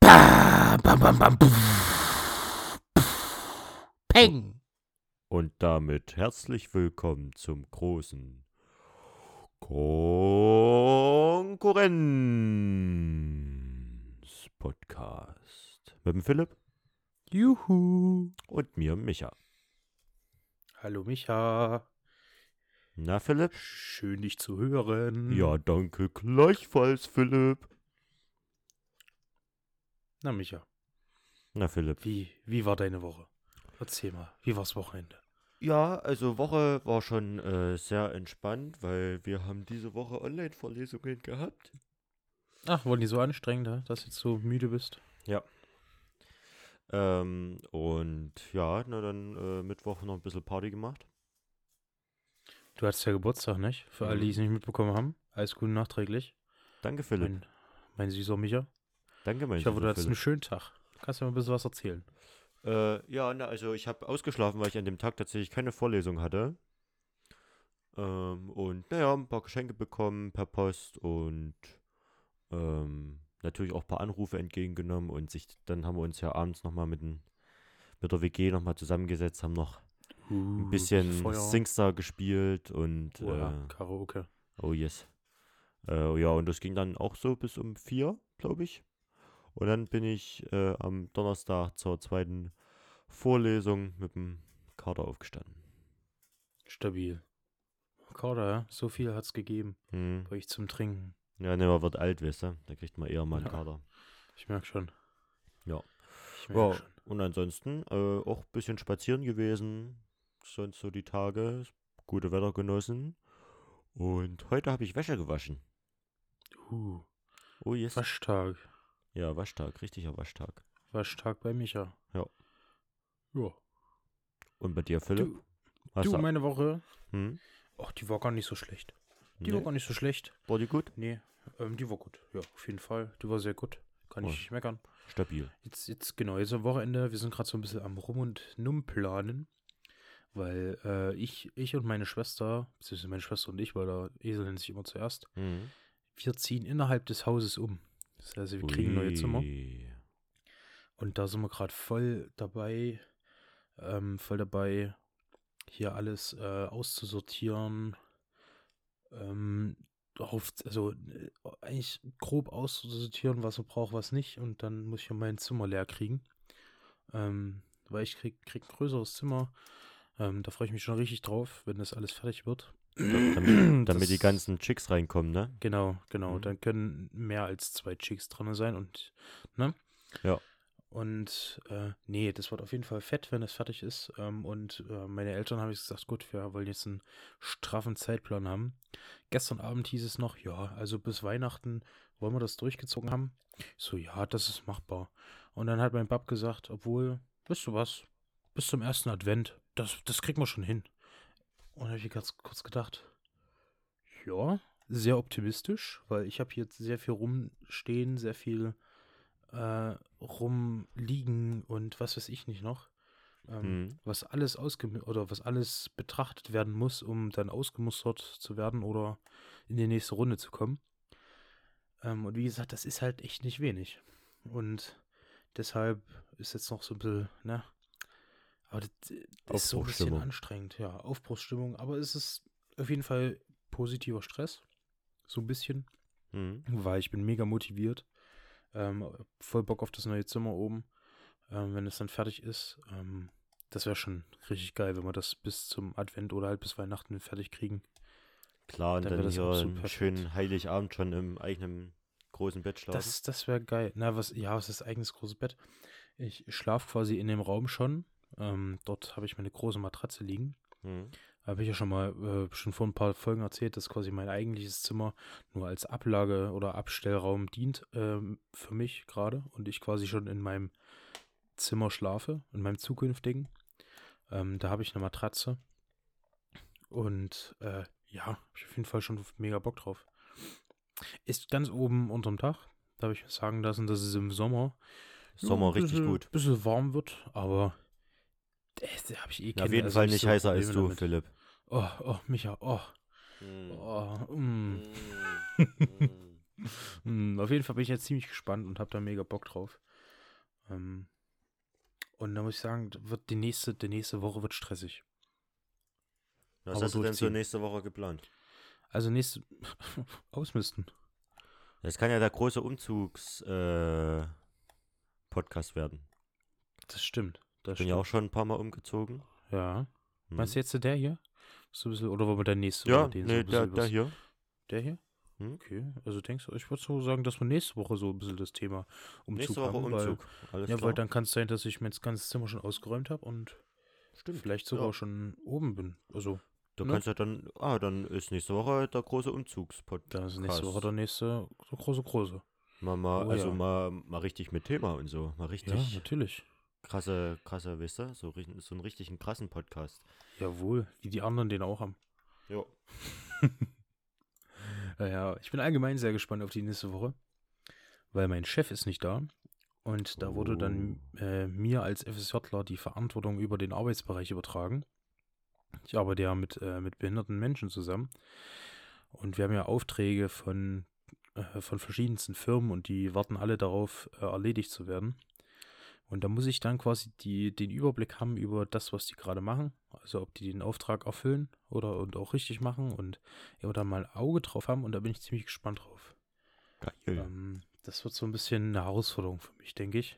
Bam, bam, bam, bam. Puff, puff. Peng. Und damit herzlich willkommen zum großen Konkurrenz-Podcast. Mit dem Philipp Juhu. und mir, Micha. Hallo Micha, Na, Philipp? schön dich zu hören. Ja, danke gleichfalls, Philipp. Na Micha, Na, Philipp. wie, wie war deine Woche? Erzähl mal, wie war's Wochenende? Ja, also Woche war schon äh, sehr entspannt, weil wir haben diese Woche Online-Vorlesungen gehabt. Ach, wurden die so anstrengend, hä, dass du jetzt so müde bist? Ähm, und ja, na dann äh, Mittwoch noch ein bisschen Party gemacht. Du hattest ja Geburtstag, nicht? Für alle, die es nicht mitbekommen haben, alles Gute nachträglich. Danke, Philipp. Mein, mein süßer Micha. Danke, mein Ich hoffe, du lieber hattest einen schönen Tag. Kannst du mir ein bisschen was erzählen? Äh, ja, na, also ich habe ausgeschlafen, weil ich an dem Tag tatsächlich keine Vorlesung hatte. Ähm, und naja, ein paar Geschenke bekommen per Post und ähm, natürlich auch ein paar Anrufe entgegengenommen und sich, dann haben wir uns ja abends nochmal mit, den- mit der WG nochmal zusammengesetzt, haben noch ein bisschen Uh, Hm, Feuer, Singstar gespielt und Oha, äh, Karaoke. Oh yes. Äh, ja, und das ging dann auch so bis um vier, glaube ich. Und dann bin ich äh, am Donnerstag zur zweiten Vorlesung mit dem Kater aufgestanden. Stabil. Kader, hä? so viel hat's gegeben Hm. bei euch zum Trinken. Ja, ne, man wird alt, weißt du? Da kriegt man eher mal einen Ja. Kater. Ich merk schon. Ja. Ich merk Ja, schon. und ansonsten äh, auch ein bisschen spazieren gewesen. Sonst so die Tage, gute Wetter genossen. Und heute habe ich Wäsche gewaschen. Uh, Oh yes. Waschtag. Ja, Waschtag, richtiger Waschtag. War stark bei Micha. Ja. Ja. Und bei dir, Philipp? Du, Hast du meine Woche. hm? Ach, die war gar nicht so schlecht. Die Nee. war gar nicht so schlecht. War die gut? Nee, ähm, die war gut. Ja, auf jeden Fall. Die war sehr gut. Kann Oh. ich meckern. Stabil. Jetzt, jetzt genau, jetzt am Wochenende. Wir sind gerade so ein bisschen am Rum- und Numplanen. Weil äh, ich, ich und meine Schwester, beziehungsweise meine Schwester und ich, weil der Esel nennt sich immer zuerst, Mhm. wir ziehen innerhalb des Hauses um. Das heißt, wir kriegen neue Zimmer. Ui. Und da sind wir gerade voll dabei, ähm, voll dabei, hier alles äh, auszusortieren. Ähm, auf, also äh, eigentlich grob auszusortieren, was man braucht, was nicht. Und dann muss ich ja mein Zimmer leer kriegen. Ähm, weil ich krieg, krieg ein größeres Zimmer. Ähm, da freue ich mich schon richtig drauf, wenn das alles fertig wird. Damit, damit die Das- ganzen Chicks reinkommen, ne? Genau, genau. Mhm. Dann können mehr als zwei Chicks drin sein und, ne? Ja. Und, äh, nee, das wird auf jeden Fall fett, wenn das fertig ist. Ähm, und äh, meine Eltern haben jetzt gesagt, gut, wir wollen jetzt einen straffen Zeitplan haben. Gestern Abend hieß es noch, ja, also bis Weihnachten wollen wir das durchgezogen haben. Ich so, ja, das ist machbar. Und dann hat mein Bab gesagt, obwohl, weißt du was, bis zum ersten Advent, das, das kriegen wir schon hin. Und da habe ich ganz kurz gedacht, ja, sehr optimistisch, weil ich habe hier jetzt sehr viel rumstehen, sehr viel äh, rumliegen und was weiß ich nicht noch. Ähm, Mhm. Was alles ausgem oder was alles betrachtet werden muss, um dann ausgemustert zu werden oder in die nächste Runde zu kommen. Ähm, und wie gesagt, das ist halt echt nicht wenig. Und deshalb ist jetzt noch so ein bisschen, ne? Aber das ist so ein bisschen Aufbruchstimmung. anstrengend, ja. Aufbruchsstimmung, aber es ist auf jeden Fall positiver Stress. So ein bisschen, Mhm. weil ich bin mega motiviert. Ähm, voll Bock auf das neue Zimmer oben. Ähm, wenn es dann fertig ist, ähm, das wäre schon richtig geil, wenn wir das bis zum Advent oder halt bis Weihnachten fertig kriegen. Klar, und Dann dann, wird das hier absolut einen perfekt. schönen Heiligabend schon im eigenen großen Bett schlafen. Das, das wäre geil. Na, was, ja, was ist eigenes großes Bett? Ich schlafe quasi in dem Raum schon. Ähm, dort habe ich meine große Matratze liegen. mhm. Habe ich ja schon mal äh, schon vor ein paar Folgen erzählt, dass quasi mein eigentliches Zimmer nur als Ablage oder Abstellraum dient ähm, für mich gerade und ich quasi schon in meinem Zimmer schlafe, in meinem zukünftigen. Ähm, da habe ich eine Matratze und äh, ja, habe ich auf jeden Fall schon mega Bock drauf. Ist ganz oben unterm Dach, da habe ich mir sagen lassen, dass es im Sommer, Sommer ein richtig bisschen, gut. bisschen warm wird, aber äh, da habe ich eh Na, auf keine- jeden also Fall nicht so heißer als du, Probleme damit. Philipp. Oh, Hm. oh, Micha, oh. Mhm. Oh, mm. Mhm. Hm, auf jeden Fall bin ich jetzt ziemlich gespannt und habe da mega Bock drauf. Ähm, und da muss ich sagen, wird die nächste, die nächste Woche wird stressig. Was Aber hast du denn so durchziehen. nächste Woche geplant? Also nächste ausmisten. Das kann ja der große Umzugs-Podcast äh, Podcast werden. Das stimmt. Das Ich bin stimmt. ja auch schon ein paar Mal umgezogen. Ja. Hm. Meinst du jetzt der hier? So ein bisschen, oder wollen wir der nächste? Ja, oder den so nee, ein der, bisschen der was- hier. Der hier? Hm? Okay. Also denkst du, ich würde so sagen, dass wir nächste Woche so ein bisschen das Thema Umzug Nächste Woche haben, Umzug. Alles Weil, ja, klar. weil dann kann es sein, dass ich mir das ganze Zimmer schon ausgeräumt habe und Stimmt. vielleicht sogar Ja. schon oben bin. Also Du ne? kannst ja dann, ah, dann ist nächste Woche halt der große Umzugspodcast. da ist nächste Woche der nächste so große, große. Mal, mal, Oh, also ja. mal, mal richtig mit Thema und so. Mal Ja, richtig natürlich. krasse, krasse, weißt du? So, richt- so einen richtigen krassen Podcast. Jawohl, wie die anderen den auch haben. Ja. Naja, Äh, ich bin allgemein sehr gespannt auf die nächste Woche, weil mein Chef ist nicht da. Und da wurde dann äh, mir als FSJler die Verantwortung über den Arbeitsbereich übertragen. Ich arbeite ja mit, äh, mit behinderten Menschen zusammen. Und wir haben ja Aufträge von, äh, von verschiedensten Firmen und die warten alle darauf, äh, erledigt zu werden. Und da muss ich dann quasi die, den Überblick haben über das, was die gerade machen. Also ob die den Auftrag erfüllen oder und auch richtig machen und ja, oder mal ein Auge drauf haben und da bin ich ziemlich gespannt drauf. Geil. Ähm, das wird so ein bisschen eine Herausforderung für mich, denke ich.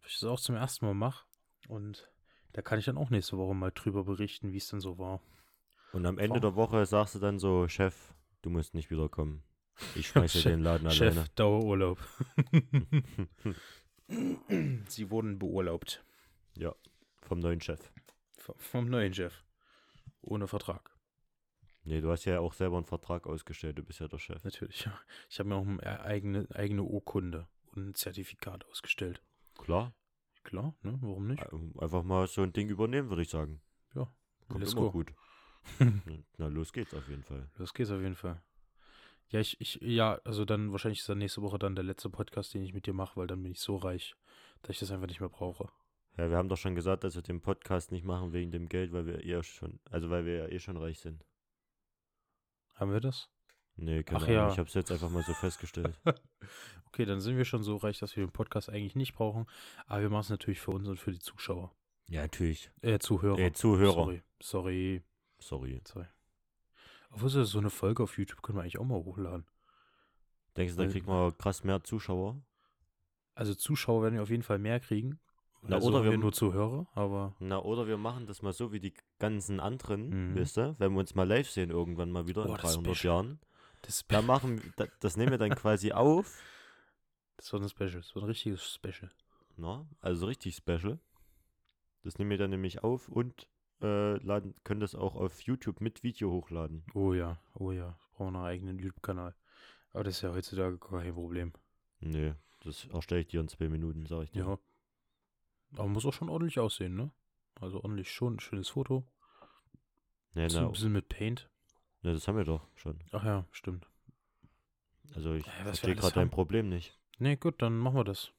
Weil ich das auch zum ersten Mal mache. Und da kann ich dann auch nächste Woche mal drüber berichten, wie es denn so war. Und am Ende Wow. der Woche sagst du dann so, Chef, du musst nicht wiederkommen. Ich schmeiße Chef- den Laden Chef, alleine. Dauerurlaub. Sie wurden beurlaubt. Vom neuen Chef. V- Vom neuen Chef. Ohne Vertrag. Nee, du hast ja auch selber einen Vertrag ausgestellt, du bist ja der Chef. Natürlich. ja. Ich habe mir auch eine eigene, eigene Urkunde und ein Zertifikat ausgestellt. Klar. Klar, ne? Warum nicht? Ein- Ähm, Einfach mal so ein Ding übernehmen, würde ich sagen. Ja, Kommt let's immer go. gut. Na- Na, los geht's auf jeden Fall. Los geht's auf jeden Fall. Ja, ich, ich, ja, also dann wahrscheinlich ist dann nächste Woche dann der letzte Podcast, den ich mit dir mache, weil dann bin ich so reich, dass ich das einfach nicht mehr brauche. Ja, wir haben doch schon gesagt, dass wir den Podcast nicht machen wegen dem Geld, weil wir eher schon, also weil wir ja eh schon reich sind. Haben wir das? Nee, keine Ach Ahnung, ja. ich hab's jetzt einfach mal so festgestellt. Okay, dann sind wir schon so reich, dass wir den Podcast eigentlich nicht brauchen, aber wir machen es natürlich für uns und für die Zuschauer. ja, natürlich. Äh, Zuhörer. Ey, Zuhörer. Sorry. Sorry, sorry, Sorry. sorry. Obwohl so- so eine Folge auf YouTube können wir eigentlich auch mal hochladen. Denkst du, da Weil- kriegt man krass mehr Zuschauer? Also Zuschauer werden wir auf jeden Fall mehr kriegen. Na, also oder haben wir wir m- nur Zuhörer, aber Na, oder wir machen das mal so wie die ganzen anderen, Mhm. wisst ihr? Wenn wir uns mal live sehen, irgendwann mal wieder in Boah, das 300 Special. Jahren, das, da machen, wir- da, das nehmen wir dann quasi auf, das wird ein Special, das wird ein richtiges Special. na, also richtig special. Das nehmen wir dann nämlich auf und äh, laden, können das auch auf YouTube mit Video hochladen. Oh ja, oh ja. Ich brauche einen eigenen YouTube-Kanal. Aber das ist ja heutzutage gar kein Problem. Nee, das erstelle ich dir in zwei Minuten, sag ich dir. Ja. Aber muss auch schon ordentlich aussehen, ne? Also ordentlich schon, ein schönes Foto. Nee, So ein na, bisschen mit Paint. nee, das haben wir doch schon. Ach ja, stimmt. Also ich Äh, was wir verstehe alles gerade dein haben. Problem nicht. Nee, gut, dann machen wir das.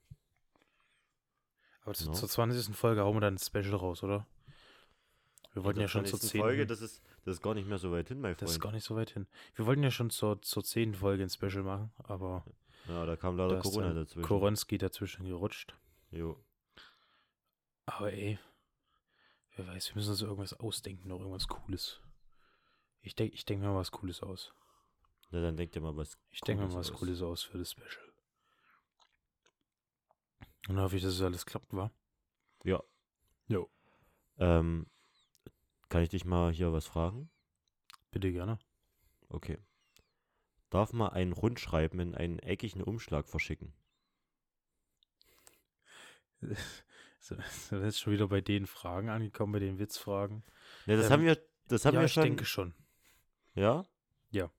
Aber zu, Ja. zur 20. Folge hauen wir dann ein Special raus, oder? Wir wollten ja Das war schon zur nächsten 10. Folge, das ist, das ist gar nicht mehr so weit hin, mein das ist Freund. gar nicht so weit hin. Wir wollten ja schon zur, zur 10. Folge ein Special machen, aber Ja, da kam leider da ist ähm, Corona dann dazwischen. Koronski dazwischen gerutscht. jo. Aber ey, wer weiß, wir müssen uns irgendwas ausdenken, noch irgendwas Cooles. Ich denke ich denk mir mal was Cooles aus. Na, dann denkt ihr mal was. Ich denke mir mal Cooles was aus. Cooles aus für das Special. Und dann hoffe ich, dass es alles klappt, wa? Ähm, kann ich dich mal hier was fragen? Bitte gerne. Okay. Darf man ein Rundschreiben in einen eckigen Umschlag verschicken? So, sind wir jetzt schon wieder bei den Fragen angekommen, bei den Witzfragen. Ja, Ne, das Ähm, haben wir, das haben ja, wir ich schon. denke schon. Ja? Ja.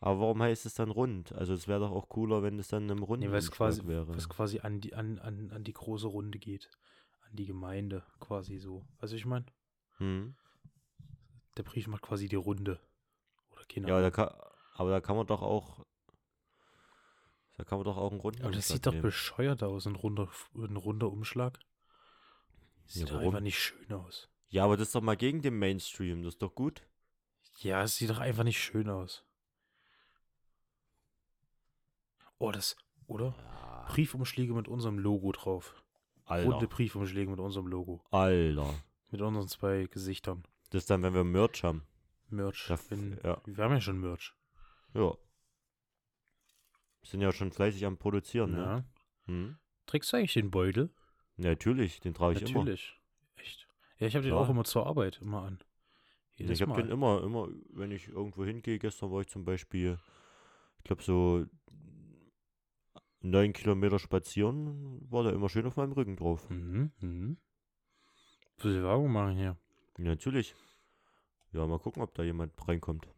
Aber warum heißt es dann rund? Also es wäre doch auch cooler, wenn es dann einem runden Nee, weil es Umschlag quasi, wäre. was quasi an die, an, an, an die große Runde geht. An die Gemeinde quasi so. Also ich meine, Hm? der Brief macht quasi die Runde. Oder keine Ja, Ahnung. da kann, aber da kann man doch auch. Da kann man doch auch einen runden Aber das Umschlag sieht doch nehmen. bescheuert aus, ein runder, ein runder Umschlag. Sieht doch warum? einfach nicht schön aus. Ja, aber das ist doch mal gegen den Mainstream, das ist doch gut. Ja, es sieht doch einfach nicht schön aus. Oh, das, oder? Briefumschläge mit unserem Logo drauf. Runde Alter. Briefumschläge mit unserem Logo. Alter. Mit unseren zwei Gesichtern. Das dann, wenn wir Merch haben. Merch. Das- wenn, ja. Wir haben ja schon Merch. Ja. Sind ja schon fleißig am Produzieren, ne? Ja. Hm? Trägst du eigentlich den Beutel? Ja, natürlich, den trage ich immer. Natürlich. Echt? Ja, ich habe den Klar. auch immer zur Arbeit immer an. Jedes ich habe Mal. den immer, immer, wenn ich irgendwo hingehe. Gestern war ich zum Beispiel, ich glaube, so neun Kilometer spazieren, war der immer schön auf meinem Rücken drauf. Mhm, mhm. Bisschen Werbung machen hier. Natürlich. Ja, mal gucken, ob da jemand reinkommt,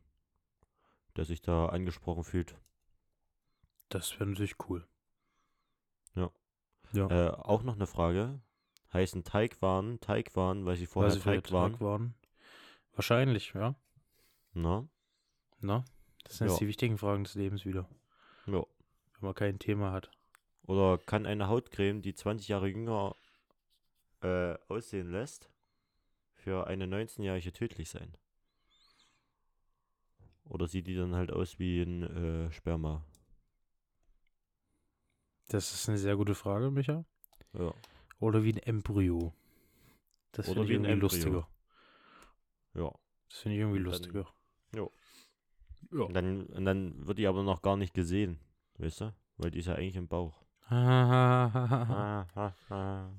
der sich da angesprochen fühlt. Das wäre natürlich cool. Ja. Ja. Äh, auch noch eine Frage. Heißen Teigwaren, Teigwaren, weil sie Weil vorher sie Teig waren. Tag waren. Wahrscheinlich, ja. Na? Na? Das sind Ja. jetzt die wichtigen Fragen des Lebens wieder. Ja. Wenn man kein Thema hat. Oder kann eine Hautcreme, die 20 Jahre jünger äh, aussehen lässt, für eine 19-Jährige tödlich sein? Oder sieht die dann halt aus wie ein äh, Sperma? Das ist eine sehr gute Frage, Micha. Ja. Oder wie ein Embryo. Das Oder finde ich wie ein irgendwie Embryo. lustiger. ja. Das finde ich irgendwie Und dann- lustiger. jo. Ja. Und dann, und dann wird die aber noch gar nicht gesehen, weißt du? Weil die ist ja eigentlich im Bauch. Ah, ah, ah.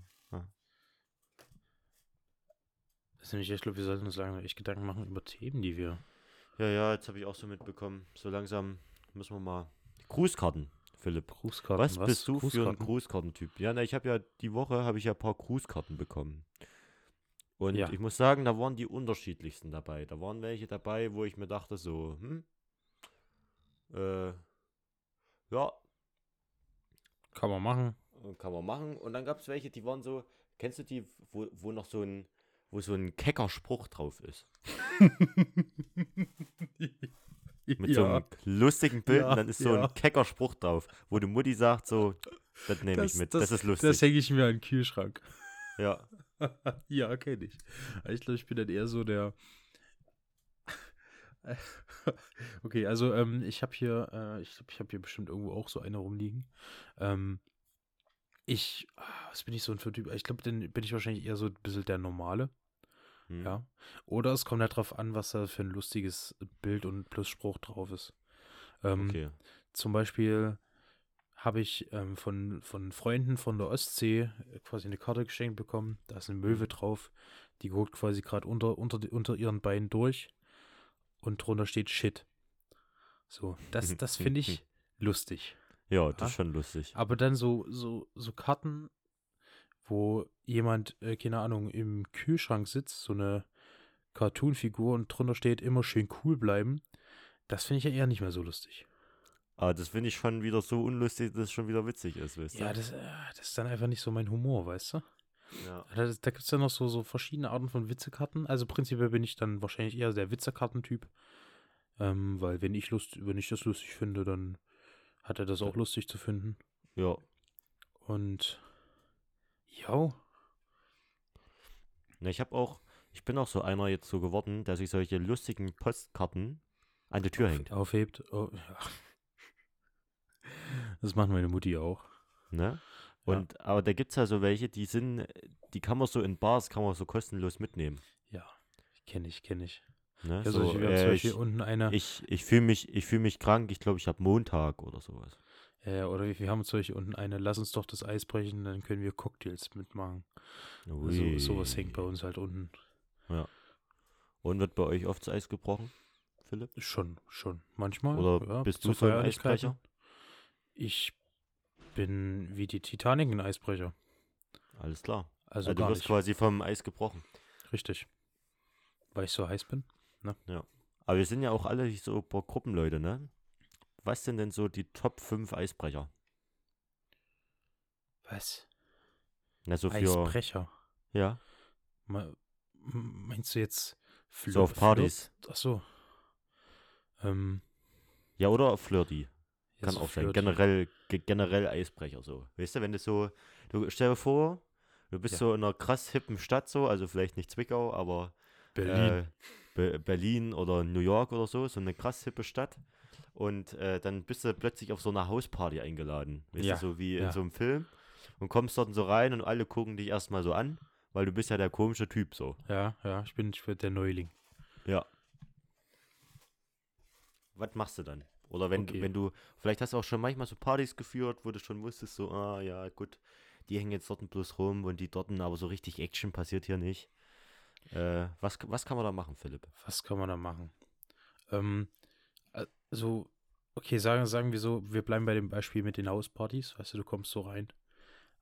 Das ist nämlich, ich glaube, wir sollten uns langsam echt Gedanken machen über Themen, die wir. Ja, ja, jetzt habe ich auch so mitbekommen. So langsam müssen wir mal. Grußkarten, Philipp. Grußkarten. Was, bist du für ein Grußkarten? Grußkartentyp? Ja, na, ich habe ja die Woche habe ich ja ein paar Grußkarten bekommen. Und Ja. ich muss sagen, da waren die unterschiedlichsten dabei. Da waren welche dabei, wo ich mir dachte so, hm, äh, ja, Kann man machen. kann man machen. Und dann gab es welche, die waren so, kennst du die, wo, wo noch so ein, wo so ein kecker Spruch drauf ist? Mit so einem lustigen Bild Ja, und dann ist so ja. ein kecker Spruch drauf, wo die Mutti sagt so, das nehme ich Das- mit, das, das- ist lustig. Das hänge ich mir an den Kühlschrank. ja. ja, kenne ich. Aber Ich glaube, ich bin dann eher so der. okay, also ähm, ich habe hier, äh, ich, glaub, ich habe hier bestimmt irgendwo auch so eine rumliegen. Ähm, ich, ah, was bin ich so ein für Typ? Ich glaube, dann bin ich wahrscheinlich eher so ein bisschen der Normale. Hm. Ja. Oder es kommt halt drauf an, was da für ein lustiges Bild und plus Spruch drauf ist. Ähm, Hm. Okay. Zum Beispiel habe ich ähm, von, von Freunden von der Ostsee äh, quasi eine Karte geschenkt bekommen. Da ist eine Möwe drauf. Die guckt quasi gerade unter, unter, die- unter ihren Beinen durch. Und drunter steht Shit. So, das, das finde ich lustig. Ja, das Ja. ist schon lustig. Aber dann so, so, so Karten, wo jemand, äh, keine Ahnung, im Kühlschrank sitzt, so eine Cartoon-Figur und drunter steht immer schön cool bleiben. Das finde ich ja eher nicht mehr so lustig. Aber Ah, das finde ich schon wieder so unlustig, dass es schon wieder witzig ist, weißt Ja, du? das, äh, das ist dann einfach nicht so mein Humor, weißt du? Ja. Da, da gibt es ja noch so, so verschiedene Arten von Witzekarten. Also prinzipiell bin ich dann wahrscheinlich eher der Witzekartentyp. Ähm, weil wenn ich Lust, wenn ich das lustig finde, dann hat er das auch lustig zu finden. ja. Und ja, Na, ich habe auch, ich bin auch so einer jetzt so geworden, der sich solche lustigen Postkarten an die Tür hängt. aufhebt. Oh, ja. Das macht meine Mutti auch. Ne? Und aber da gibt's ja so welche, die sind, die kann man so in Bars, kann man so kostenlos mitnehmen. Ja, kenne ich, kenne Also ich. Ne? Ja, so, so, wir haben zum äh, ich Beispiel unten eine. ich, ich fühle mich, ich fühle mich krank, ich glaube, ich habe Montag oder sowas. Äh, oder wir, wir haben zum Beispiel unten eine. Lass uns doch das Eis brechen, dann können wir Cocktails mitmachen. So, Ui. Also sowas hängt bei uns halt unten. Und wird bei euch oft das Eis gebrochen, Philipp? Schon, schon. Manchmal. Oder ja, bist zu du so ein Feierlichkeiten. Eisbrecher? Ich bin wie die Titanic ein Eisbrecher. Alles klar. Also Also du gar wirst nicht. quasi vom Eis gebrochen. Richtig. Weil ich so heiß bin. Aber wir sind ja auch alle so ein paar Gruppenleute, ne? Was sind denn so die Top 5 Eisbrecher? Was? Na, so für. Eisbrecher. Ja. Me- m- Meinst du jetzt Flir So auf Partys. Flirt? Ach so. Ähm, Ja, oder Flirty. ja, Kann so auch sein. Flirt. Generell, ge generell Eisbrecher so. Weißt du, wenn du so. Du stell dir vor, du bist Ja. so in einer krass hippen Stadt so, also vielleicht nicht Zwickau, aber Berlin. Äh, Be Berlin oder New York oder so, so eine krass hippe Stadt. Und äh, dann bist du plötzlich auf so einer Hausparty eingeladen. Weißt Ja, du, so wie ja. in so einem Film. Und kommst dort so rein und alle gucken dich erstmal so an, weil du bist ja der komische Typ so. Ja, ja, ich bin, ich bin der Neuling. Ja. Was machst du dann? Oder wenn, Okay. wenn du, vielleicht hast du auch schon manchmal so Partys geführt, wo du schon wusstest, so, ah ja, gut, die hängen jetzt dort bloß rum und die dorten, aber so richtig Action passiert hier nicht. Äh, was, was kann man da machen, Philipp? Was kann man da machen? Ähm, also, okay, sagen, sagen wir so, wir bleiben bei dem Beispiel mit den Hauspartys. Weißt du, du kommst so rein.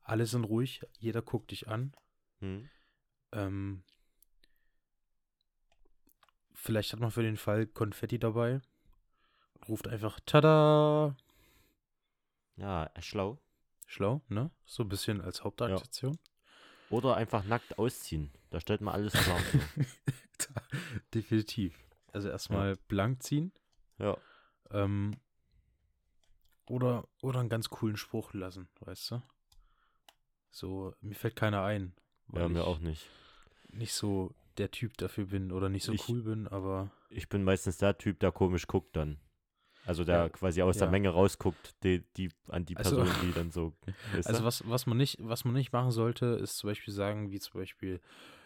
Alle sind ruhig, jeder guckt dich an. Hm? Ähm, vielleicht hat man für den Fall Konfetti dabei. Ruft einfach Tada! Ja, äh, schlau. Schlau, ne? So ein bisschen als Hauptaktion. Oder einfach nackt ausziehen. Da stellt man alles klar. so. Definitiv. Also erstmal blank ziehen. Ja. Ähm, oder, oder einen ganz coolen Spruch lassen, weißt du? So, mir fällt keiner ein. ja, mir ich auch nicht. nicht so der Typ dafür bin oder nicht so Ich- cool bin, aber Ich bin meistens der Typ, der komisch guckt dann. Also der Ja, quasi aus ja. der Menge rausguckt, die, die, an die Also- Person, die dann so. ne? Weißt Also du? was, was man nicht, was man nicht machen sollte, ist zum Beispiel sagen, wie zum Beispiel,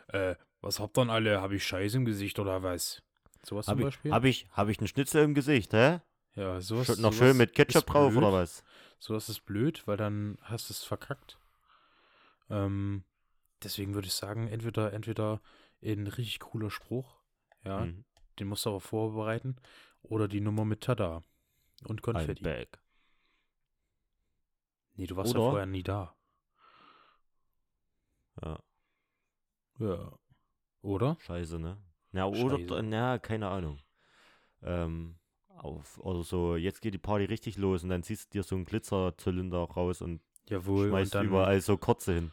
äh, was habt dann alle? Habe ich Scheiße im Gesicht oder was? Sowas Hab zum ich, Beispiel? hab, ich, hab ich einen Schnitzel im Gesicht, hä? ja, sowas. Schon noch sowas schön mit ist Ketchup drauf blöd. oder was? Sowas ist blöd, weil dann hast du es verkackt. Ähm, deswegen würde ich sagen, entweder, entweder ein richtig cooler Spruch, ja, Mhm. den musst du aber vorbereiten, oder die Nummer mit Tada und Ein Konfetti. Bag. Nee, du warst ja Oder- vorher nie da. Ja, Ja. Oder? scheiße, ne? Na, oder, Scheiße. na, keine Ahnung. Ähm, auf, oder so, jetzt geht die Party richtig los und dann ziehst du dir so einen Glitzerzylinder raus und Jawohl, schmeißt und dann überall so Kotze hin.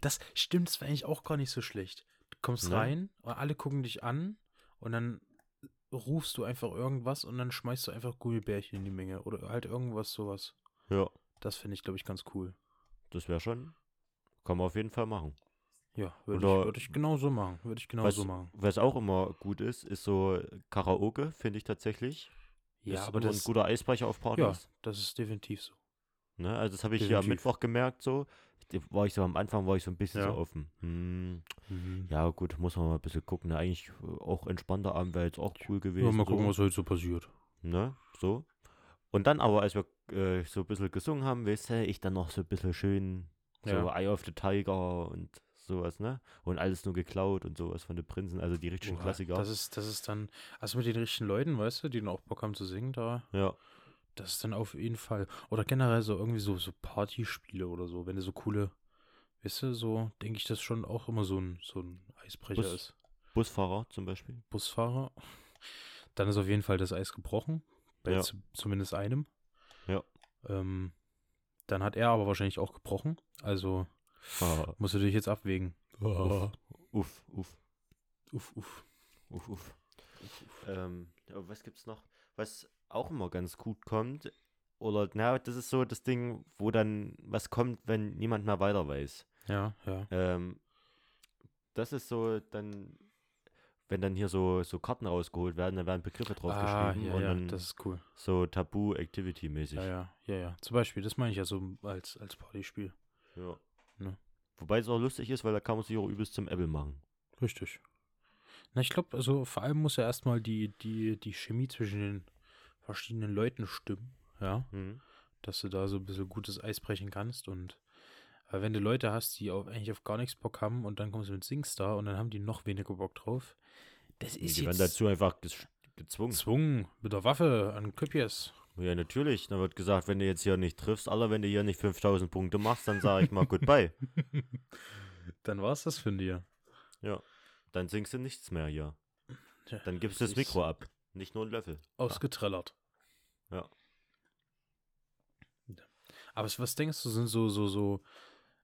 Das stimmt, das wäre eigentlich auch gar nicht so schlecht. Du kommst Ne? rein, alle gucken dich an und dann rufst du einfach irgendwas und dann schmeißt du einfach Gummibärchen in die Menge oder halt irgendwas sowas. Ja, Das finde ich, glaube ich, ganz cool. das wäre schon. Kann man auf jeden Fall machen. Ja, würde Oder- ich, würd ich genauso machen. Würde ich genauso machen. Was auch immer gut ist, ist so Karaoke, finde ich tatsächlich. Ja, ist aber immer das, ein guter Eisbrecher auf ja, Partys. das ist definitiv so. Ne? Also das habe ich ja am Definitiv. Mittwoch gemerkt so. Da War ich so am Anfang war ich so ein bisschen Ja. so offen. Hm, ja gut, muss man mal ein bisschen gucken. Ne? Eigentlich äh, auch entspannter Abend wäre jetzt auch cool gewesen. Ja, mal gucken, so. was heute so passiert. Ne? So. Und dann aber, als wir äh, so ein bisschen gesungen haben, weißt du, ich dann noch so ein bisschen schön so Ja. Eye of the Tiger und sowas, ne? Und alles nur geklaut und sowas von den Prinzen, also die richtigen Oha, Klassiker. Das ist, das ist dann, also mit den richtigen Leuten, weißt du, die dann auch Bock haben zu singen, da ja. Das ist dann auf jeden Fall. Oder generell so irgendwie so, so Partyspiele oder so, wenn du so coole, weißt du, so denke ich, dass schon auch immer so ein, so ein Eisbrecher Bus- ist. Busfahrer zum Beispiel. Busfahrer. Dann ist auf jeden Fall das Eis gebrochen. Bei Ja. zu, zumindest einem. Ja. Ähm, dann hat er aber wahrscheinlich auch gebrochen. Also Ah, musst du dich jetzt abwägen. Uff, uff, uff, Uff, uff. uff, uff. Ähm, aber was gibt's noch? Was auch immer ganz gut kommt, oder na, das ist so das Ding, wo dann was kommt, wenn niemand mehr weiter weiß. Ja, ja. Ähm, das ist so dann, wenn dann hier so, so Karten rausgeholt werden, dann werden Begriffe Ah, draufgeschrieben ja, und ja, dann das ist cool. so Tabu-Activity-mäßig. Ja, ja, ja, ja. Zum Beispiel, das meine ich ja so als, als Partyspiel. Ja. Ne. Wobei es auch lustig ist, weil da kann man sich auch übelst zum Apple machen. Richtig. Na, ich glaube, also vor allem muss ja erstmal die, die, die Chemie zwischen den verschiedenen Leuten stimmen, ja, dass du da so ein bisschen gutes Eis brechen kannst und äh, wenn du Leute hast, die auf, eigentlich auf gar nichts Bock haben und dann kommst du mit Singstar und dann haben die noch weniger Bock drauf, das Die ist werden jetzt dazu einfach ges- gezwungen. gezwungen mit der Waffe an Köpjes. Ja, natürlich. Dann wird gesagt, wenn du jetzt hier nicht triffst, alle, wenn du hier nicht 5000 Punkte machst, dann sage ich mal goodbye. Dann war's das von dir. Dann singst du nichts mehr hier. Tja, Dann gibst du das richtig Mikro ab. Nicht nur einen Löffel. Ausgetrellert. Ja. Aber was- was denkst du, sind so, so, so,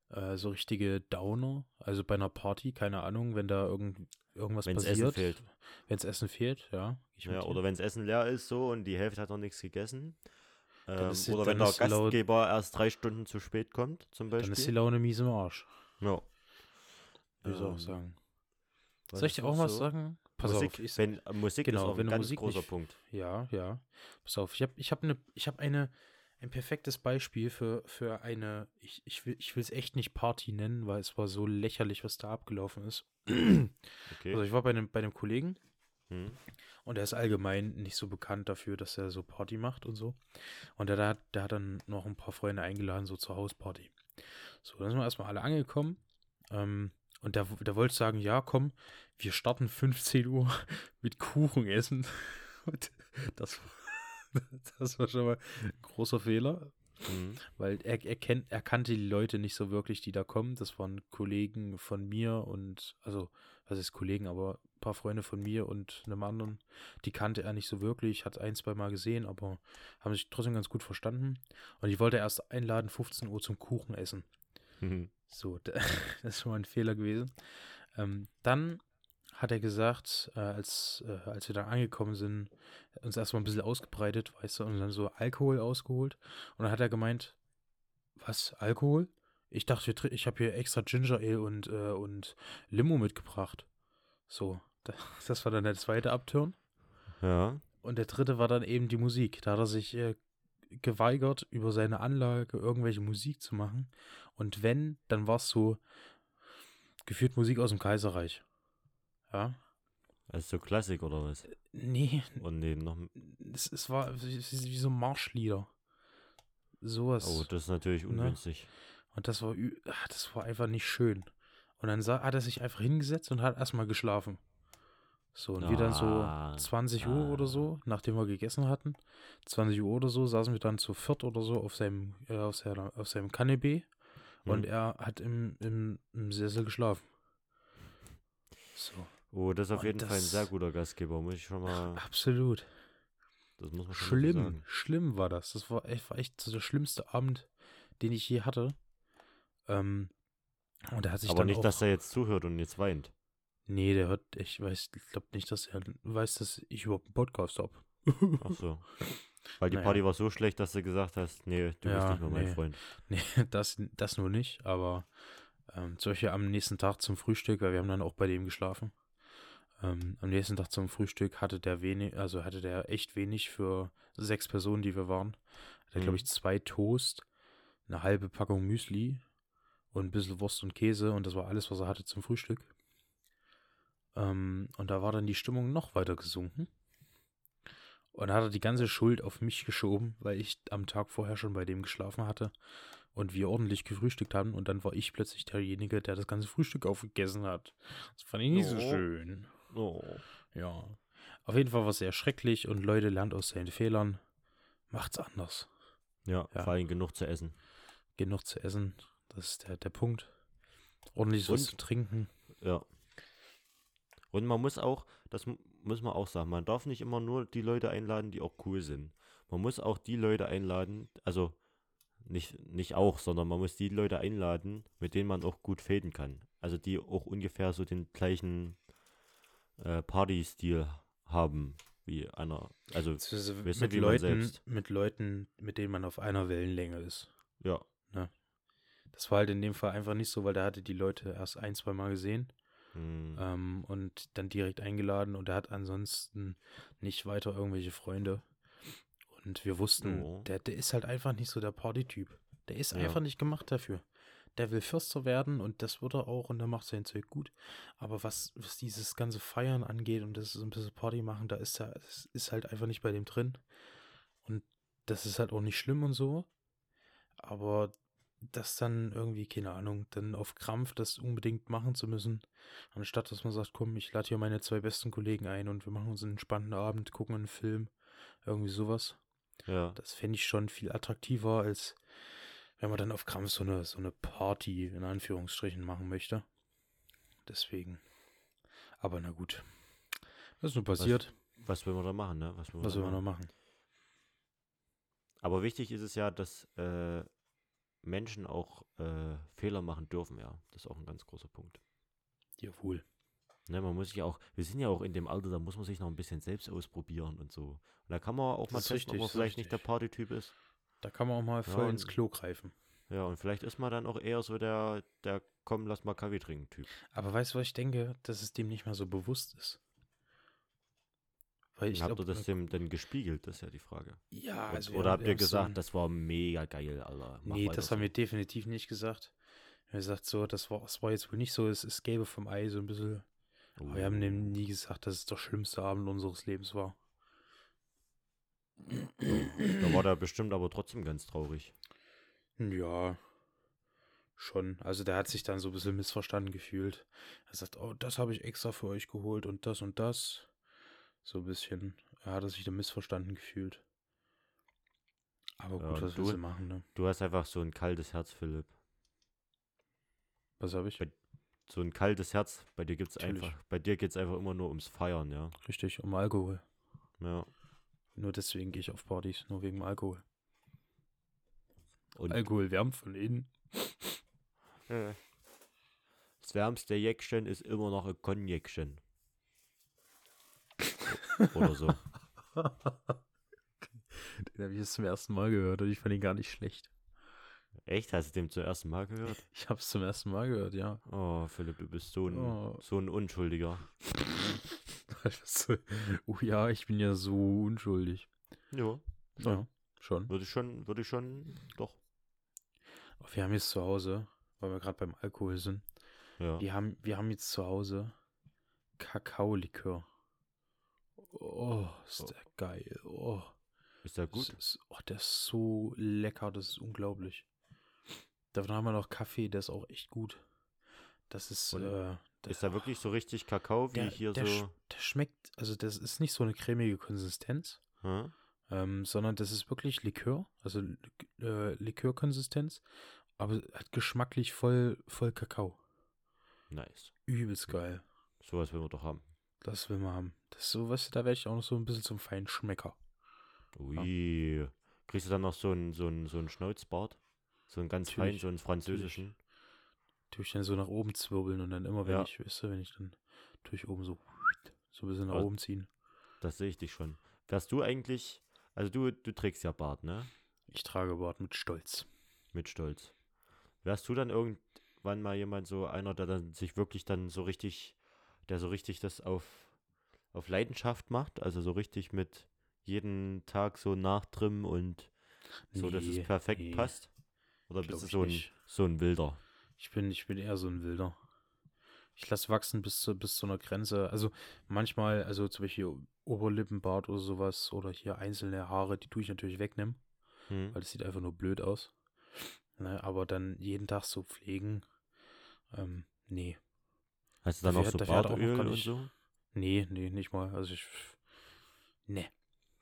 äh, so richtige Downer? Also bei einer Party, keine Ahnung, wenn da irgend, irgendwas Wenn's passiert. Essen fehlt. Wenn es Essen fehlt, ja. Ich Ja, mit dir. oder wenn das Essen leer ist so und die Hälfte hat noch nichts gegessen. Ähm, ist sie- oder dann wenn der ist sie laut. Gastgeber erst drei Stunden zu spät kommt, zum Dann ist die Beispiel. Laune mies im Arsch, Ja. würde ich auch Ähm, sagen. was Soll ich ist dir noch auch was so? sagen? Pass Musik, auf, ich sag- wenn, äh, Musik genau, ist auch ein wenn du ganz Musik großer nicht- Punkt. Ja, ja. Pass auf, ich habe ich hab eine, ich habe eine, ein perfektes Beispiel für, für eine, ich, ich will, ich will es echt nicht Party nennen, weil es war so lächerlich, was da abgelaufen ist. Okay. Also ich war bei einem, bei einem Kollegen hm. und er ist allgemein nicht so bekannt dafür, dass er so Party macht und so. Und der, der, hat, der hat dann noch ein paar Freunde eingeladen, so zur Hausparty. So, dann sind wir erstmal alle angekommen. Ähm, und da, da wollte ich sagen, ja, komm, wir starten 15 Uhr mit Kuchen essen. Und das, das war schon mal ein großer Fehler Hm. weil er, er, kennt, er kannte die Leute nicht so wirklich, die da kommen. Das waren Kollegen von mir und, also, was ist Kollegen, aber ein paar Freunde von mir und einem anderen. Die kannte er nicht so wirklich, hat ein, zwei Mal gesehen, aber haben sich trotzdem ganz gut verstanden. Und ich wollte erst einladen, 15 Uhr zum Kuchen essen. Hm. So, d- das ist schon mal ein Fehler gewesen. Ähm, dann hat er gesagt, äh, als, äh, als wir da angekommen sind, uns erstmal ein bisschen ausgebreitet, weißt du, und dann so Alkohol ausgeholt. Und dann hat er gemeint, was, Alkohol? Ich dachte, wir trin- ich habe hier extra Ginger Ale und, äh, und Limo mitgebracht. So, da- das war dann der zweite Abturn. Ja. Und der dritte war dann eben die Musik. Da hat er sich äh, geweigert, über seine Anlage irgendwelche Musik zu machen. Und wenn, dann war es so gefühlt Musik aus dem Kaiserreich. Ja? Also so Klassik oder was? Nee, Und nee, noch. es, es war wie, wie so Marschlieder. Sowas. Oh, das ist natürlich Ne? ungünstig. Und das war, ü- ah, das war einfach nicht schön. Und dann sah, hat er sich einfach hingesetzt und hat erstmal geschlafen. So, und wir dann Ah, so 20 Uhr ah. oder so, nachdem wir gegessen hatten, 20 Uhr oder so, saßen wir dann zu viert oder so auf seinem, äh, auf seiner, auf seinem Kanapee und Hm. er hat im, im, im Sessel geschlafen. So, Oh, das ist auf Und jeden Fall ein sehr das- guter Gastgeber, muss ich schon mal. absolut. Das muss man schon mal so Schlimm, sagen. schlimm war das. Das war echt, war echt so der schlimmste Abend, den ich je hatte. Ähm, und er hat sich Aber dann nicht, auch, dass er jetzt zuhört und jetzt weint. Nee, der hört, ich weiß, ich glaube nicht, dass er weiß, dass ich überhaupt einen Podcast habe. Ach so. Weil die Naja. Party war so schlecht, dass du gesagt hast, nee, du bist Ja, nicht mehr mein nee. Freund. Nee, das, das nur nicht, aber ähm, solche am nächsten Tag zum Frühstück, weil wir haben dann auch bei dem geschlafen. Ähm, am nächsten Tag zum Frühstück hatte der wenig, also hatte der echt wenig für sechs Personen, die wir waren. Hatte, Mhm. glaube ich, zwei Toast, eine halbe Packung Müsli und ein bisschen Wurst und Käse und das war alles, was er hatte zum Frühstück. Ähm, und da war dann die Stimmung noch weiter gesunken. Und da hat er die ganze Schuld auf mich geschoben, weil ich am Tag vorher schon bei dem geschlafen hatte und wir ordentlich gefrühstückt haben und dann war ich plötzlich derjenige, der das ganze Frühstück aufgegessen hat. Das fand ich nicht so Oh. schön. Oh. Ja. Auf jeden Fall war es sehr schrecklich und Leute, lernt aus seinen Fehlern. Macht's anders. Ja, Ja. vor allem genug zu essen. Genug zu essen, das ist der, der Punkt. Ordentlich was Und- zu trinken. Ja. Und man muss auch, das mu- muss man auch sagen, man darf nicht immer nur die Leute einladen, die auch cool sind. Man muss auch die Leute einladen, also nicht, nicht auch, sondern man muss die Leute einladen, mit denen man auch gut fäden kann. Also die auch ungefähr so den gleichen äh, Party-Stil haben wie einer. Also Beziehungsweise Weißt du, mit wie man Leuten, selbst. mit Leuten, mit denen man auf einer Wellenlänge ist. ja, Das war halt in dem Fall einfach nicht so, weil der hatte die Leute erst ein, zwei Mal gesehen mm, ähm, und dann direkt eingeladen und er hat ansonsten nicht weiter irgendwelche Freunde. Und wir wussten, Ja. der, der ist halt einfach nicht so der Partytyp. Der ist Ja. einfach nicht gemacht dafür. Der will Fürster werden und das wird er auch und der macht sein Zeug gut. Aber was, was dieses ganze Feiern angeht und das so ein bisschen Party machen, da ist er, es ist halt einfach nicht bei dem drin. Und das ist halt auch nicht schlimm und so. Aber das dann irgendwie, keine Ahnung, dann auf Krampf das unbedingt machen zu müssen, anstatt dass man sagt, komm, ich lade hier meine zwei besten Kollegen ein und wir machen uns einen spannenden Abend, gucken einen Film, irgendwie sowas. ja. Das fände ich schon viel attraktiver, als wenn man dann auf Krampf so eine, so eine Party in Anführungsstrichen machen möchte. Deswegen. Aber na gut. Was ist nun passiert? Was will man da machen, ne? Was will man, Was da will man machen? noch machen? Aber wichtig ist es ja, dass äh, Menschen auch äh, Fehler machen dürfen, ja. Das ist auch ein ganz großer Punkt. Jawohl. Ne, man muss sich ja auch, wir sind ja auch in dem Alter, da muss man sich noch ein bisschen selbst ausprobieren und so. Und da kann man auch Das mal ist testen, richtig, ob man das ist vielleicht nicht der richtig. Partytyp ist. Da kann man auch mal voll und- ins Klo greifen. Ja, und vielleicht ist man dann auch eher so der, der komm, lass mal Kaffee trinken Typ. Aber weißt du, was ich denke, dass es dem nicht mal so bewusst ist? Weil ich habt ihr glaub, ne das dem denn gespiegelt? Das ist ja die Frage. Ja, Und, also wir oder haben- habt wir ihr haben so gesagt, ein- das war mega geil, Alter? mach nee, weiter das so. haben wir definitiv nicht gesagt. Wir haben gesagt, so, das war, das war jetzt wohl nicht so, es, es gäbe vom Ei so ein bisschen. Aber wir Oh. haben dem nie gesagt, dass es der schlimmste Abend unseres Lebens war. Da war der bestimmt aber trotzdem ganz traurig. Hm, Ja, schon. Also der hat sich dann so ein bisschen missverstanden gefühlt. Er sagt, oh, das habe ich extra für euch geholt und das und das. So ein bisschen. Er hat sich dann missverstanden gefühlt. Aber Ja, gut, und was willst du- du machen, ne? Du hast einfach so ein kaltes Herz, Philipp. Was habe ich? Bei- So ein kaltes Herz. Bei dir gibt's Natürlich. einfach, bei dir geht's einfach immer nur ums Feiern, ja. Richtig, um Alkohol. Ja. Nur deswegen gehe ich auf Partys, nur wegen Alkohol. Und Alkohol wärmt von innen. äh, das wärmste Jäckchen ist immer noch ein Konjektion. Oder so. Den habe ich jetzt zum ersten Mal gehört und ich fand ihn gar nicht schlecht. Echt? Hast du dem zum ersten Mal gehört? Ich habe es zum ersten Mal gehört, ja. Oh, Philipp, du bist so ein, Oh. so ein Unschuldiger. Also, oh ja, ich bin ja so unschuldig. Ja. Ja, schon. Würde ich schon, würde ich schon, doch. Aber Wir haben jetzt zu Hause, weil wir gerade beim Alkohol sind, Ja. wir haben, wir haben jetzt zu Hause Kakaolikör. Oh, ist der geil. Oh, Ist ja das gut. Ist, oh, der ist so lecker, das ist unglaublich. Davon haben wir noch Kaffee, der ist auch echt gut. Das ist, Und äh, der, Ist da wirklich so richtig Kakao, wie der, hier der, sch- so. der schmeckt, also das ist nicht so eine cremige Konsistenz. Hä? ähm, sondern das ist wirklich Likör, also Lik- äh, Likörkonsistenz, aber hat geschmacklich voll, voll Kakao. Nice. Übelst Mhm. geil. Sowas will man doch haben. Das will man haben. Das ist so, weißt du, da werde ich auch noch so ein bisschen zum Feinschmecker. Ui. Kriegst du dann noch so einen so einen, so einen Schnauzbart? So einen ganz feinen, Natürlich, so einen französischen. Tue ich dann so nach oben zwirbeln und dann immer, wenn Ja. ich, weißt du, wenn ich dann tue ich oben so, so ein bisschen nach Also- oben ziehen. Das sehe ich dich schon. Wärst du eigentlich. Also du, du trägst ja Bart, ne? Ich trage Bart mit Stolz. Mit Stolz. Wärst du dann irgendwann mal jemand, so einer, der dann sich wirklich dann so richtig, der so richtig das auf, auf Leidenschaft macht? Also so richtig mit jeden Tag so nachtrimmen und so, dass Nee, es perfekt nee. passt? Oder Glaub bist du ich so ein, nicht. so ein Wilder? Ich bin, ich bin eher so ein Wilder. Ich lasse wachsen bis zu, bis zu einer Grenze. Also manchmal, also zum Beispiel Oberlippenbart oder sowas oder hier einzelne Haare, die tue ich natürlich wegnehmen, Hm? weil das sieht einfach nur blöd aus. Ne, aber dann jeden Tag so pflegen. Ähm, nee. Hast du dann noch dafür so hat- dafür hat auch noch Bartöl gar und nicht- so? Nee, nee, nicht mal. Also ich. Nee.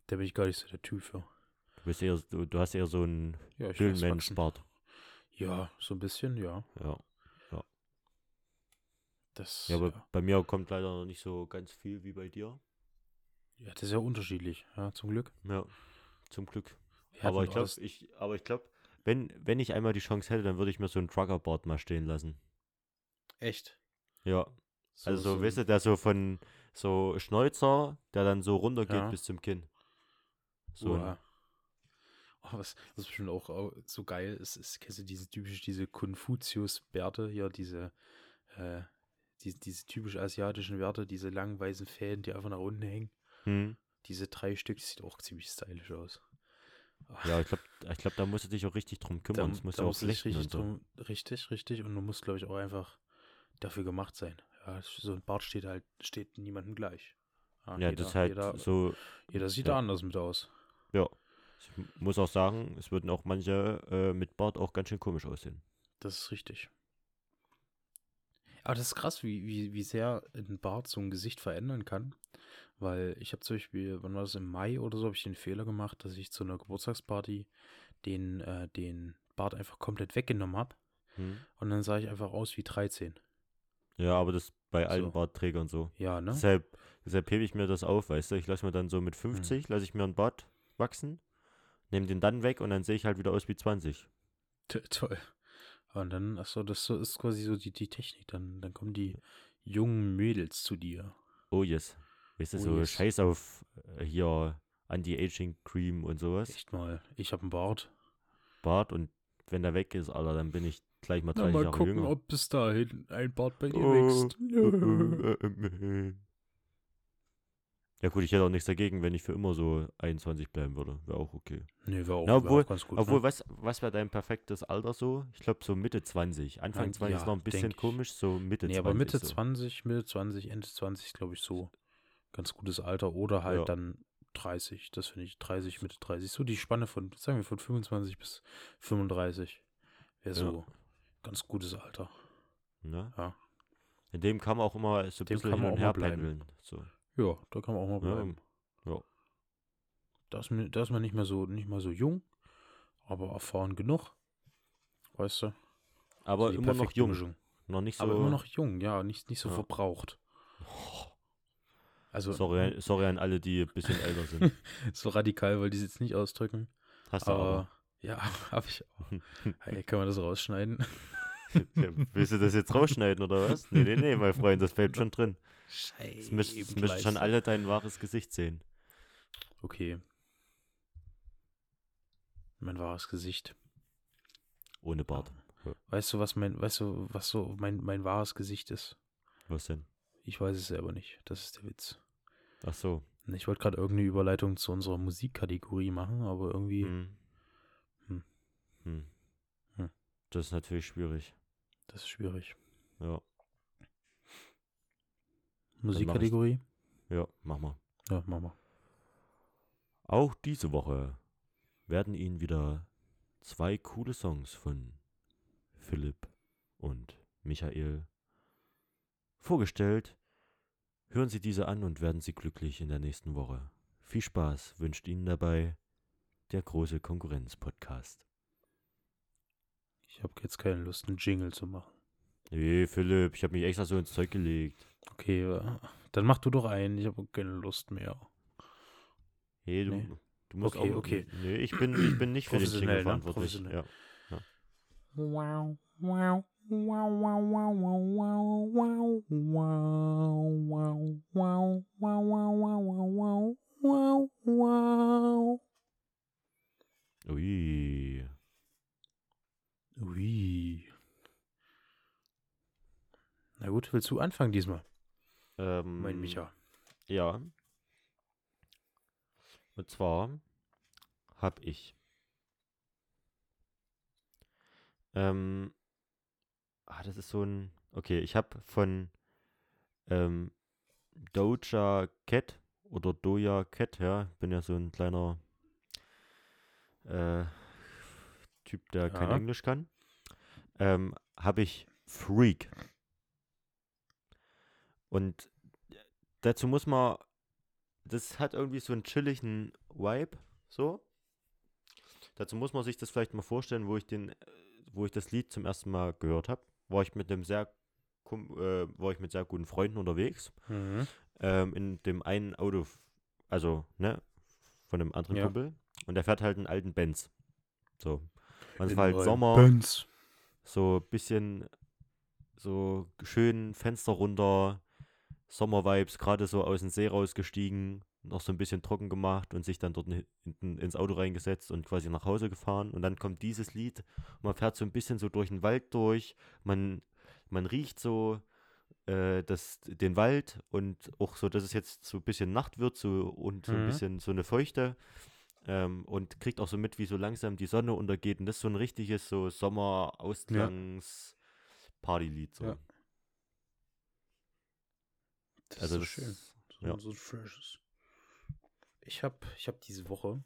Da bin ich gar nicht so der Typ für. Du, bist eher, du, du hast eher so einen Ja, ich lass wachsen. Höhlenmensch-Bart. Ja, so ein bisschen, ja. Ja. Das, ja, aber ja. bei mir kommt leider noch nicht so ganz viel wie bei dir. ja, das ist ja unterschiedlich, ja, zum Glück. Ja, zum Glück. Wir Aber hatten ich, glaub, alles- ich, aber ich glaube, wenn, wenn ich einmal die Chance hätte, dann würde ich mir so einen Trucker-Bart mal stehen lassen. echt. Ja, So- also so, so ein- weißt du, der so von so Schnäuzer, der dann so runtergeht Ja. bis zum Kinn. So, So. ein- Oh, was, was bestimmt auch au- so geil ist, ist, kennst du diese typisch, diese Konfuzius-Bärte hier, diese, äh, die, diese typisch asiatischen Werte, diese langen weißen Fäden, die einfach nach unten hängen. hm. Diese drei Stück, das sieht auch ziemlich stylisch aus. ja, ich glaube, ich glaub, da musst du dich auch richtig drum Da, kümmern. Das musst da du auch musst du dich flechten richtig, und so. drum, richtig, richtig. Und du musst, glaube ich, auch einfach dafür gemacht sein. Ja, so ein Bart steht halt, steht niemandem gleich. Ja, das ist halt jeder, so, jeder sieht ja. da anders mit aus. ich m- muss auch sagen, es würden auch manche äh, mit Bart auch ganz schön komisch aussehen. Das ist richtig. Aber das ist krass, wie, wie, wie sehr ein Bart so ein Gesicht verändern kann. Weil ich habe zum Beispiel, wann war das, im Mai oder so, habe ich den Fehler gemacht, dass ich zu einer Geburtstagsparty den, äh, den Bart einfach komplett weggenommen habe. Hm? Und dann sah ich einfach aus wie 13. Ja, aber das bei allen So. Bartträgern so. Ja, Hm. ne? Deshalb, deshalb hebe ich mir das auf, weißt du? Ich lasse mir dann so mit 50, lasse ich mir ein Bart wachsen, nehme den dann weg und dann sehe ich halt wieder aus wie 20. T toll. Und dann, achso, das so- ist quasi so die, die Technik. Dann, dann kommen die jungen Mädels zu dir. Oh yes. Weißt du, Oh, so yes. scheiß auf äh, hier Anti-Aging-Cream und sowas. Echt mal, ich habe einen Bart. Bart und wenn der weg ist, Alter, dann bin ich gleich mal 30 Jahre jünger. ob bis dahin ein Bart bei Oh, äh, äh, äh, äh. Ja gut, ich hätte auch nichts dagegen, wenn ich für immer so 21 bleiben würde. Wäre auch okay. Nee, war auch, Na, war obwohl- auch ganz gut. Obwohl, ne? was, was wäre dein perfektes Alter so? Ich glaube so Mitte 20. Anfang Ja, 20 ist noch ein denk bisschen ich. komisch, so Mitte nee, 20. aber Mitte so. 20, Mitte 20, Ende 20 glaube ich so ganz gutes Alter oder halt Ja. dann 30, das finde ich 30, Mitte 30, so die Spanne von sagen wir von 25 bis 35 wäre Ja. so ganz gutes Alter. Ne? Ja. In dem kann man auch immer so ein Dem bisschen kann hin man und auch mal her bleiben. pendeln. So. ne? Ja, da kann man auch mal Ja, bleiben. ja. Da ist, mi- da ist man nicht mehr so nicht mehr so jung, aber erfahren genug. Weißt du? Aber so die immer noch perfekte jung. Mischung. Noch nicht so. Aber immer noch jung, ja, nicht, nicht so Ja. verbraucht. Also sorry, sorry an alle, die ein bisschen älter sind. so radikal, weil die es jetzt nicht ausdrücken. Hast du aber. Aber, ja, habe ich auch. Hey, können wir das rausschneiden? Ja, Willst du das jetzt rausschneiden oder was? Nee, nee, nee, mein Freund, das bleibt schon drin. Es Scheiße. müssen es müssen schon alle dein wahres Gesicht sehen. Okay. Mein wahres Gesicht. Ohne Bart. Weißt du, was mein, weißt du, was so mein, mein wahres Gesicht ist? Was denn? Ich weiß es selber nicht. Das ist der Witz. Ach so. Ich wollte gerade irgendeine Überleitung zu unserer Musikkategorie machen, aber irgendwie. Hm. Hm. Hm. Hm. Das ist natürlich schwierig. Das ist schwierig. Ja, Musikkategorie? ja, mach mal. Ja, machen wir. Auch diese Woche werden Ihnen wieder zwei coole Songs von Philipp und Michael vorgestellt. Hören Sie diese an und werden Sie glücklich in der nächsten Woche. Viel Spaß wünscht Ihnen dabei der große Konkurrenz-Podcast. Ich habe jetzt keine Lust, einen Jingle zu machen. Nee, Philipp, ich habe mich extra so ins Zeug gelegt. Okay, äh, dann mach du doch einen. Ich habe keine Lust mehr. Hey, du, Nee. du musst Okay, auch. okay. Nee, ich bin, ich bin nicht für den Professionell, Jingle ne? verantwortlich. Professionell. Ja. Wow, wow, wow, wow, wow, wow, wow, wow, wow, wow, wow, wow, wow, wow, wow. Ui. Ui. Na gut, willst du anfangen diesmal, Ähm, mein Micha? Ja. Und zwar habe ich ähm, ah, das ist so ein okay, ich habe von ähm, Doja Cat oder Doja Cat, ja, bin ja so ein kleiner äh, Typ, der kein Ja. Englisch kann, ähm, habe ich Freak. Und dazu muss man, das hat irgendwie so einen chilligen Vibe, so. Dazu muss man sich das vielleicht mal vorstellen, wo ich den, äh, wo ich das Lied zum ersten Mal gehört habe, war ich mit einem sehr, kom- äh, war ich mit sehr guten Freunden unterwegs Mhm. ähm, in dem einen Auto, f- also, ne, von dem anderen Ja. Kumpel. Und der fährt halt einen alten Benz. So. Und es In war halt meinem Sommer, Benz. so ein bisschen so schön Fenster runter, Sommervibes, gerade so aus dem See rausgestiegen, noch so ein bisschen trocken gemacht und sich dann dort hin- hinten ins Auto reingesetzt und quasi nach Hause gefahren. Und dann kommt dieses Lied und man fährt so ein bisschen so durch den Wald durch, man, man riecht so äh, das, den Wald und auch so, dass es jetzt so ein bisschen Nacht wird so, und so ein Mhm. bisschen so eine Feuchte. Ähm, und kriegt auch so mit, wie so langsam die Sonne untergeht. Und das ist so ein richtiges so Sommer-Ausgangs-Partylied. So. Ja. Das Also ist so das- schön. So, ja. so ein freshes. Ich habe ich hab diese Woche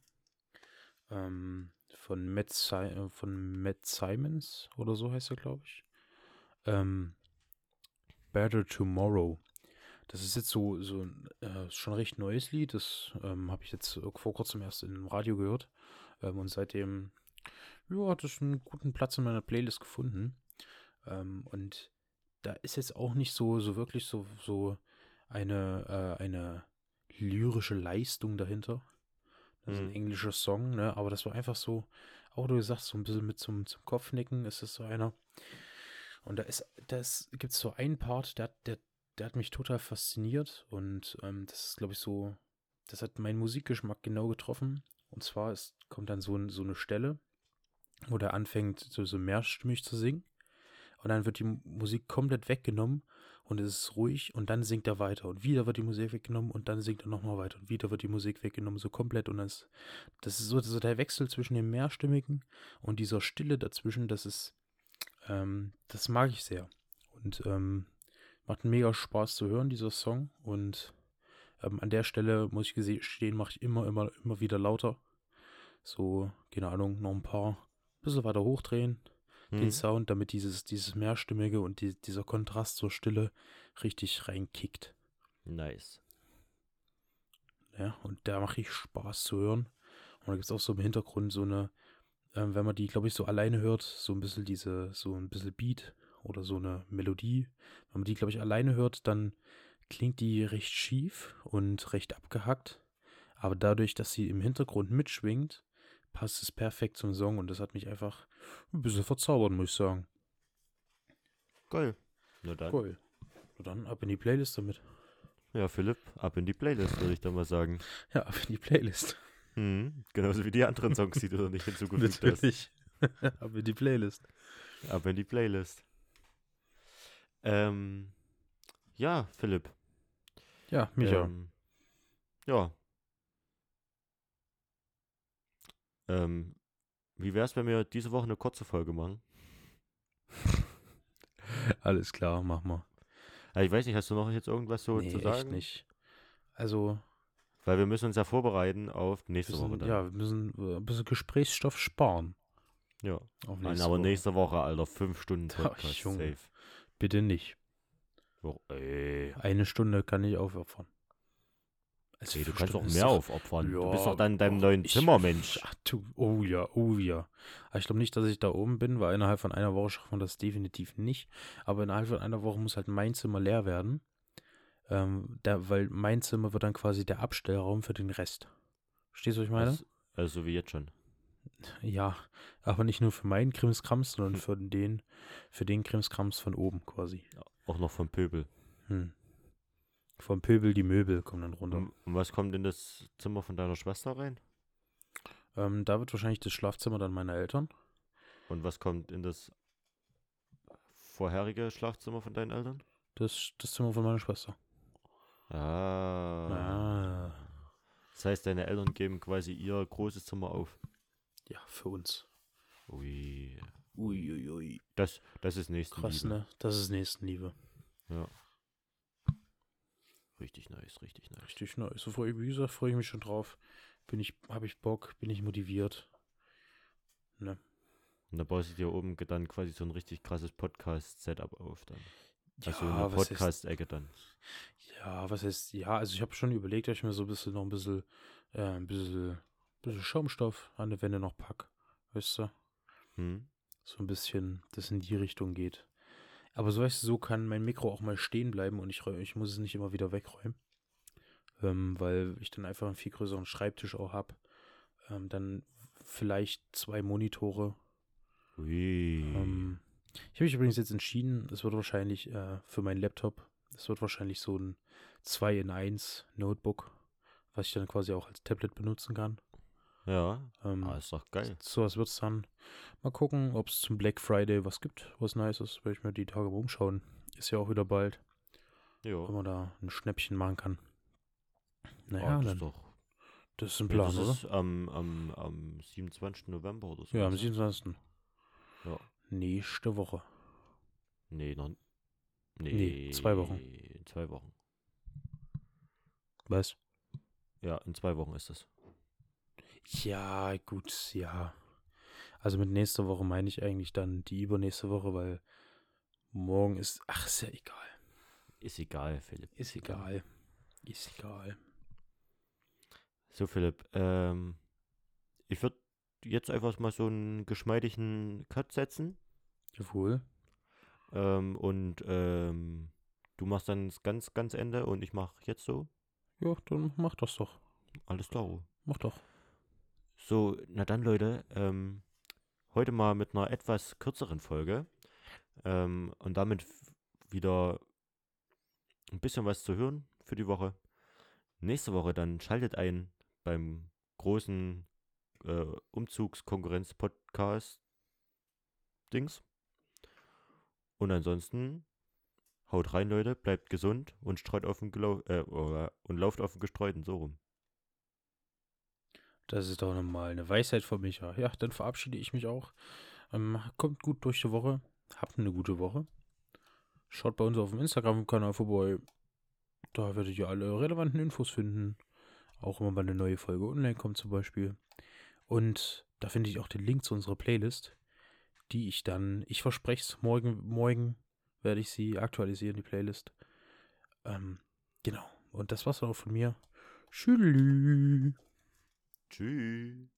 ähm, von, Matt Si äh, von Matt Simons oder so heißt er, glaube ich. Ähm, Better Tomorrow. Das ist jetzt so, so ein äh, schon recht neues Lied. Das ähm, habe ich jetzt vor kurzem erst im Radio gehört. Ähm, und seitdem ja, hat es einen guten Platz in meiner Playlist gefunden. Ähm, und da ist jetzt auch nicht so, so wirklich so, so eine, äh, eine lyrische Leistung dahinter. Das ist ein Mhm. englischer Song, ne? Aber das war einfach so, auch du gesagt, so ein bisschen mit zum, zum Kopfnicken ist das so einer. Und da ist, das gibt es so einen Part, der, hat- der, der hat mich total fasziniert und ähm, das ist, glaube ich, so, das hat meinen Musikgeschmack genau getroffen. Und zwar ist, kommt dann so, ein, so eine Stelle, wo der anfängt, so, so mehrstimmig zu singen. Und dann wird die M- Musik komplett weggenommen und es ist ruhig und dann singt er weiter. Und wieder wird die Musik weggenommen und dann singt er nochmal weiter. Und wieder wird die Musik weggenommen, so komplett. Und das, das ist so, so der Wechsel zwischen dem Mehrstimmigen und dieser Stille dazwischen, das ist, ähm, das mag ich sehr. Und ähm, macht mega Spaß zu hören, dieser Song. Und ähm, an der Stelle, muss ich gestehen, mache ich immer, immer, immer wieder lauter. So, keine Ahnung, noch ein paar, bisschen weiter hochdrehen, den Hm. Sound, damit dieses, dieses Mehrstimmige und die, dieser Kontrast zur Stille richtig reinkickt. Nice. Ja, und da mache ich Spaß zu hören. Und da gibt es auch so im Hintergrund so eine, ähm, wenn man die, glaube ich, so alleine hört, so ein bisschen diese, so ein bisschen Beat oder so eine Melodie. Wenn man die, glaube ich, alleine hört, dann klingt die recht schief und recht abgehackt. Aber dadurch, dass sie im Hintergrund mitschwingt, passt es perfekt zum Song und das hat mich einfach ein bisschen verzaubert, muss ich sagen. Geil. Na dann. Cool. Und dann ab in die Playlist damit. Ja, Philipp, ab in die Playlist, würde ich dann mal sagen. Ja, ab in die Playlist. Mhm. Genauso wie die anderen Songs, die du noch nicht hinzugefügt hast. ab in die Playlist. Ab in die Playlist. Ähm, ja, Philipp. Ja, Micha. Ähm, ja. Ähm, wie wär's, wenn wir diese Woche eine kurze Folge machen? Alles klar, mach mal. Also ich weiß nicht, hast du noch jetzt irgendwas so zu sagen? echt nicht. Also, Weil wir müssen uns ja vorbereiten auf nächste Woche müssen, dann. ja, wir müssen äh, ein bisschen Gesprächsstoff sparen. ja. Auf Nein, nächste aber Woche. nächste Woche, Alter, fünf Stunden Ach, Podcast Junge. safe. Bitte nicht. Wo, ey. Eine Stunde kann ich aufopfern. Also Ey, du fünf kannst Stunden auch ist mehr aufopfern. du bist doch Ja, dann in deinem oh, neuen ich- Zimmer, Mensch. Ach du, oh ja, oh ja. Aber ich glaube nicht, dass ich da oben bin, weil innerhalb von einer Woche schafft man das definitiv nicht. Aber innerhalb von einer Woche muss halt mein Zimmer leer werden. Ähm, da, weil mein Zimmer wird dann quasi der Abstellraum für den Rest. Verstehst du, was ich meine? Das- Also wie jetzt schon. Ja, aber nicht nur für meinen Krimskrams, sondern für den, für den Krimskrams von oben quasi. Auch noch vom Pöbel. Hm. Vom Pöbel die Möbel kommen dann runter. Und, und was kommt in das Zimmer von deiner Schwester rein? Ähm, da wird wahrscheinlich das Schlafzimmer dann meiner Eltern. Und was kommt in das vorherige Schlafzimmer von deinen Eltern? Das, das Zimmer von meiner Schwester. Ah. Ah. Das heißt, deine Eltern geben quasi ihr großes Zimmer auf. Ja, für uns. Ui. Uiuiui. Das, das ist nächsten Krass, ne? Das ist Nächstenliebe. Ja. Richtig nice, richtig nice. Richtig nice. So freu, wie gesagt, freue ich mich schon drauf. Bin ich, habe ich Bock, bin ich motiviert. Und da baust du dir oben dann quasi so ein richtig krasses Podcast-Setup auf dann. Also ja, eine was heißt Podcast-Ecke dann. Ja, was heißt, ja, also ich habe schon überlegt, dass ich mir so ein bisschen noch ein bisschen, äh, ein bisschen, bisschen Schaumstoff an der Wände noch pack. Weißt du? Hm? So ein bisschen, das in die Richtung geht. Aber so weißt du, so kann mein Mikro auch mal stehen bleiben und ich, räu- ich muss es nicht immer wieder wegräumen. Ähm, weil ich dann einfach einen viel größeren Schreibtisch auch habe. Ähm, dann vielleicht zwei Monitore. Ui. Ähm, ich habe mich übrigens jetzt entschieden, es wird wahrscheinlich äh, für meinen Laptop, es wird wahrscheinlich so ein 2 in 1 Notebook, was ich dann quasi auch als Tablet benutzen kann. Ja, Ähm, ah, ist doch geil. Sowas wird es dann. Mal gucken, ob es zum Black Friday was gibt, was nice ist, werde ich mir die Tage mal umschauen. Ist ja auch wieder bald, Ja, wenn man da ein Schnäppchen machen kann. ah, Naja, das dann, ist doch. das ist ein Ja, Plan, das oder? ist am, am, am 27. November oder so. Ja, am 27. Ja. Nächste Woche. Nee, noch. Nee, Nee, zwei Wochen. In zwei Wochen. Was? Ja, in zwei Wochen ist das. Ja, gut, ja. Also mit nächster Woche meine ich eigentlich dann die übernächste Woche, weil morgen ist. Ach, ist ja egal. Ist egal, Philipp. Ist egal. Ist egal. So, Philipp, ähm, ich würde jetzt einfach mal so einen geschmeidigen Cut setzen. Jawohl. Ähm, und ähm, du machst dann das ganz, ganz Ende und ich mache jetzt so. Ja, dann mach das doch. Alles klar. Mach doch. So, na dann, Leute, ähm, heute mal mit einer etwas kürzeren Folge ähm, und damit f- wieder ein bisschen was zu hören für die Woche. Nächste Woche dann schaltet ein beim großen äh, Umzugskonkurrenz-Podcast-Dings Und ansonsten, haut rein, Leute, bleibt gesund und streut auf dem Gelau äh, oder- und lauft auf dem Gestreuten so rum. Das ist doch nochmal eine Weisheit von Micha. Ja, dann verabschiede ich mich auch. Ähm, kommt gut durch die Woche. Habt eine gute Woche. Schaut bei uns auf dem Instagram-Kanal vorbei. Da werdet ihr alle relevanten Infos finden. Auch immer, wenn eine neue Folge online kommt zum Beispiel. Und da finde ich auch den Link zu unserer Playlist, die ich dann, ich verspreche es, morgen, morgen werde ich sie aktualisieren, die Playlist. Ähm, genau. Und das war's dann auch von mir. Tschüss. Tschüss.